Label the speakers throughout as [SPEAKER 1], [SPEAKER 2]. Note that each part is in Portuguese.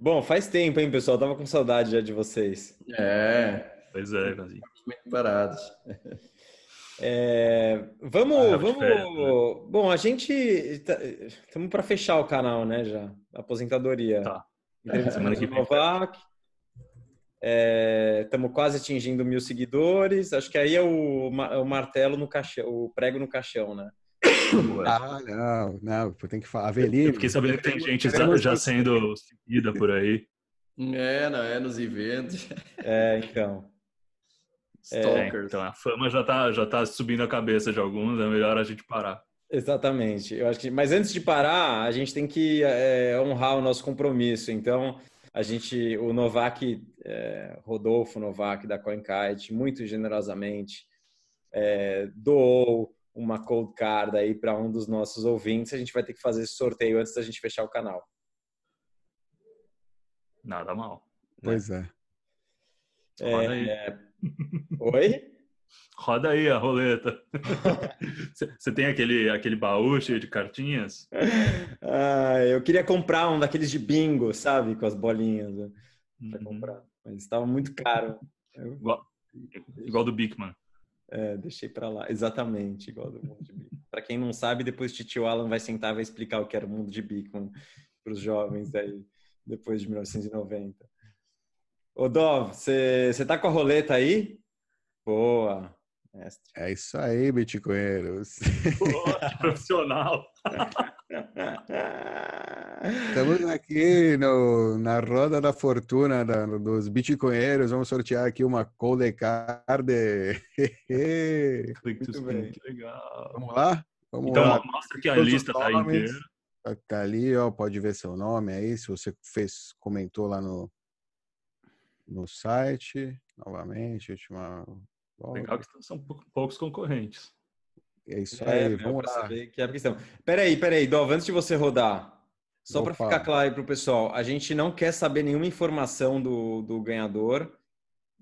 [SPEAKER 1] Bom, faz tempo, hein, pessoal? Tava com saudade já de vocês.
[SPEAKER 2] É,
[SPEAKER 3] Pois é, Gazinho.
[SPEAKER 2] muito parados.
[SPEAKER 1] É, vamos,
[SPEAKER 3] Ah, eu vou
[SPEAKER 1] vamos.
[SPEAKER 3] de férias, né?
[SPEAKER 1] Bom, a gente tá, estamos para fechar o canal, né? Já aposentadoria.
[SPEAKER 3] Tá.
[SPEAKER 1] Entrevista
[SPEAKER 3] Semana
[SPEAKER 1] com
[SPEAKER 3] que
[SPEAKER 1] o
[SPEAKER 3] vem.
[SPEAKER 1] Novak. Estamos quase atingindo mil seguidores. Acho que aí é o, ma- é o martelo no caixão, o prego no caixão, né?
[SPEAKER 3] Boa.
[SPEAKER 4] Ah, não, não, tem que falar.
[SPEAKER 3] Eu
[SPEAKER 4] Avelino,
[SPEAKER 3] fiquei sabendo que tem gente já,
[SPEAKER 4] Teremos-
[SPEAKER 3] já sendo seguida por aí.
[SPEAKER 2] É, não é? Nos eventos.
[SPEAKER 1] É, então.
[SPEAKER 3] É,
[SPEAKER 2] Stalkers.
[SPEAKER 3] então a fama já tá, já tá subindo a cabeça de alguns, é melhor a gente parar.
[SPEAKER 1] Exatamente. Eu acho que, mas antes de parar, a gente tem que é, honrar o nosso compromisso. Então, a gente, o Novak, é, Rodolfo Novak da CoinKite, muito generosamente é, doou uma cold card aí para um dos nossos ouvintes. A gente vai ter que fazer esse sorteio antes da gente fechar o canal.
[SPEAKER 3] Nada mal.
[SPEAKER 4] Pois é.
[SPEAKER 1] É,
[SPEAKER 3] Roda Então, aí.
[SPEAKER 1] Oi?
[SPEAKER 3] Roda aí a roleta. Você tem aquele, aquele baú cheio de cartinhas?
[SPEAKER 1] Ah, eu queria comprar um daqueles de bingo, sabe? Com as bolinhas né, pra
[SPEAKER 3] Uhum.
[SPEAKER 1] comprar. Mas estava muito caro.
[SPEAKER 3] Igual do Big Man.
[SPEAKER 1] É, deixei pra lá. Exatamente, igual do mundo de Bigman. Pra quem não sabe, depois Titio Alan vai sentar e vai explicar o que era o mundo de Bigman pros jovens aí, depois de 1990. Ô, Dov, você tá com a roleta aí? Boa, mestre.
[SPEAKER 4] É isso aí, Bitcoinheiros.
[SPEAKER 3] Pô, que profissional.
[SPEAKER 4] Estamos aqui no- na roda da fortuna da- dos Bitcoinheiros. Vamos sortear aqui uma Cold Card.
[SPEAKER 3] Click to
[SPEAKER 1] Muito
[SPEAKER 3] spin,
[SPEAKER 1] bem.
[SPEAKER 3] que legal.
[SPEAKER 4] Vamos lá? Vamos
[SPEAKER 3] Então,
[SPEAKER 4] lá.
[SPEAKER 3] mostra que a
[SPEAKER 4] Todos os
[SPEAKER 3] lista tá
[SPEAKER 4] nomes.
[SPEAKER 3] inteira.
[SPEAKER 4] Tá- Tá ali, ó, pode ver seu nome aí, se você fez, comentou lá no, no site, novamente, última volta.
[SPEAKER 3] Legal que são pou- poucos concorrentes.
[SPEAKER 4] É isso
[SPEAKER 1] É,
[SPEAKER 4] aí,
[SPEAKER 3] né,
[SPEAKER 1] meu,
[SPEAKER 4] vamos
[SPEAKER 1] pra
[SPEAKER 4] lá.
[SPEAKER 1] saber que época estamos. Peraí, peraí, Dov, antes de você rodar, só para
[SPEAKER 4] Opa.
[SPEAKER 1] ficar claro aí pro pessoal, a gente não quer saber nenhuma informação do, do ganhador,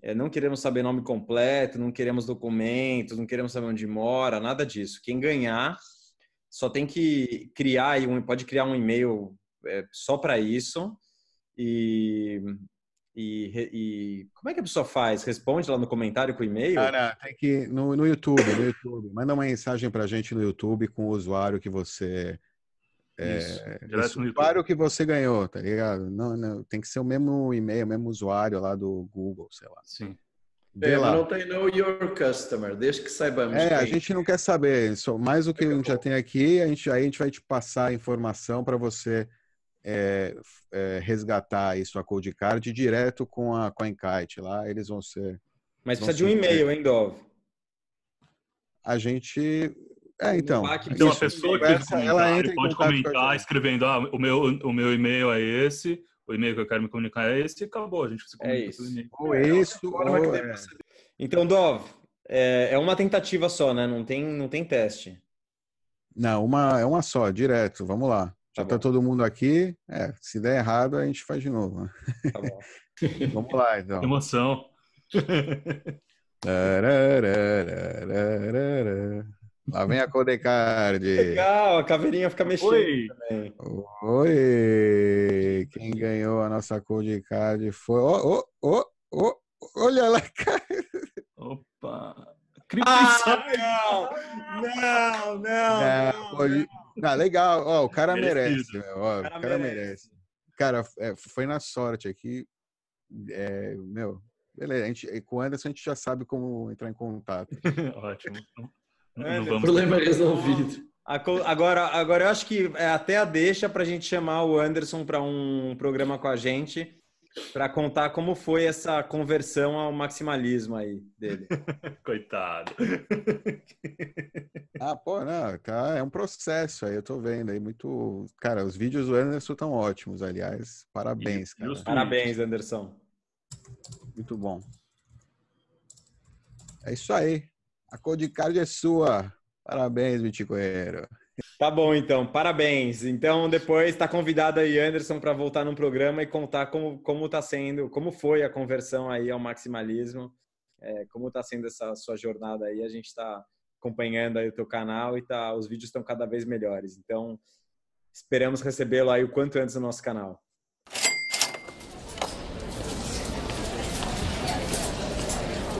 [SPEAKER 1] é, não queremos saber nome completo, não queremos documentos, não queremos saber onde mora, nada disso. Quem ganhar só tem que criar, aí um, pode criar um e-mail é, só para isso e... E, re- e como é que a pessoa faz? Responde lá no comentário com o e-mail?
[SPEAKER 4] Cara, tem que no, no YouTube, no YouTube, manda uma mensagem pra gente no YouTube com o usuário que você,
[SPEAKER 3] Isso. Direto
[SPEAKER 4] esse
[SPEAKER 3] no YouTube.
[SPEAKER 4] usuário que você ganhou, tá ligado? Não, não, tem que ser o mesmo e-mail, o mesmo usuário lá do Google, sei lá.
[SPEAKER 3] Sim.
[SPEAKER 4] Vê
[SPEAKER 2] É, mas
[SPEAKER 4] lá.
[SPEAKER 2] não tem no Your Customer, desde que saibamos.
[SPEAKER 4] É, a
[SPEAKER 2] quem.
[SPEAKER 4] gente não quer saber. Só mais o que a gente já tem aqui, a gente, aí a gente vai te passar a informação para você é, f- é, resgatar aí sua Code Card direto com a CoinKite lá. Eles vão ser.
[SPEAKER 1] Mas precisa de um e-mail, hein, Dov?
[SPEAKER 4] A gente. É, então.
[SPEAKER 1] Novak,
[SPEAKER 3] Então, a
[SPEAKER 1] Isso,
[SPEAKER 3] pessoa que fez o
[SPEAKER 4] conversa, ela
[SPEAKER 3] comentário
[SPEAKER 4] entra em
[SPEAKER 3] pode
[SPEAKER 4] contato com a
[SPEAKER 3] comentar
[SPEAKER 4] gente.
[SPEAKER 3] escrevendo: ah, o meu, o meu e-mail é esse, o e-mail que eu quero me comunicar é esse, e acabou. A gente se comunica
[SPEAKER 1] isso.
[SPEAKER 3] pelo e-mail.
[SPEAKER 4] Ou isso,
[SPEAKER 2] Forma que
[SPEAKER 4] ou,
[SPEAKER 2] tem
[SPEAKER 4] é,
[SPEAKER 2] possibilidade.
[SPEAKER 1] Então, Dov, é, é uma tentativa só, né? Não tem, não tem teste.
[SPEAKER 4] Não, uma, é uma só, direto. Vamos lá. Já
[SPEAKER 1] Tá
[SPEAKER 4] tá
[SPEAKER 1] bom.
[SPEAKER 4] todo mundo aqui. É, se der errado, a gente faz de novo. né?
[SPEAKER 1] Tá bom.
[SPEAKER 4] Vamos lá, então.
[SPEAKER 3] Emoção.
[SPEAKER 4] Tarararararara. Lá vem a Codecard.
[SPEAKER 1] Legal, a caveirinha fica mexendo
[SPEAKER 3] Oi!
[SPEAKER 1] também.
[SPEAKER 4] Oi! Quem ganhou a nossa Code Card foi. Ô, ô, ô, ô, olha lá, cara!
[SPEAKER 3] Opa! Cris
[SPEAKER 4] Ah!
[SPEAKER 1] não! Não,
[SPEAKER 4] Não, pode- não, legal, ó, o cara merece.
[SPEAKER 3] Merecido.
[SPEAKER 4] meu, ó, o cara, merece. Cara, é, foi na sorte aqui. É, meu, beleza. A gente, com o Anderson a gente já sabe como entrar em contato.
[SPEAKER 3] Ótimo. Não-
[SPEAKER 1] É,
[SPEAKER 3] Não vamos.
[SPEAKER 2] Problema resolvido.
[SPEAKER 1] A co- Agora, agora eu acho que é até a deixa para a gente chamar o Anderson para um programa com a gente para contar como foi essa conversão ao maximalismo aí dele.
[SPEAKER 3] Coitado.
[SPEAKER 4] Ah, pô, não, tá, é um processo aí, eu tô vendo aí muito. Cara, os vídeos do Anderson estão ótimos, aliás. Parabéns, cara.
[SPEAKER 3] Justo.
[SPEAKER 1] Parabéns, Anderson.
[SPEAKER 4] Muito bom. É isso aí. A cor de card é sua. Parabéns, Viticoeiro.
[SPEAKER 1] Tá bom, então. Parabéns. Então, depois está convidado aí, Anderson, para voltar no programa e contar como, como tá sendo, como foi a conversão aí ao maximalismo, é, como tá sendo essa sua jornada aí. A gente está acompanhando aí o teu canal e tá, os vídeos estão cada vez melhores. Então, esperamos recebê-lo aí o quanto antes no nosso canal.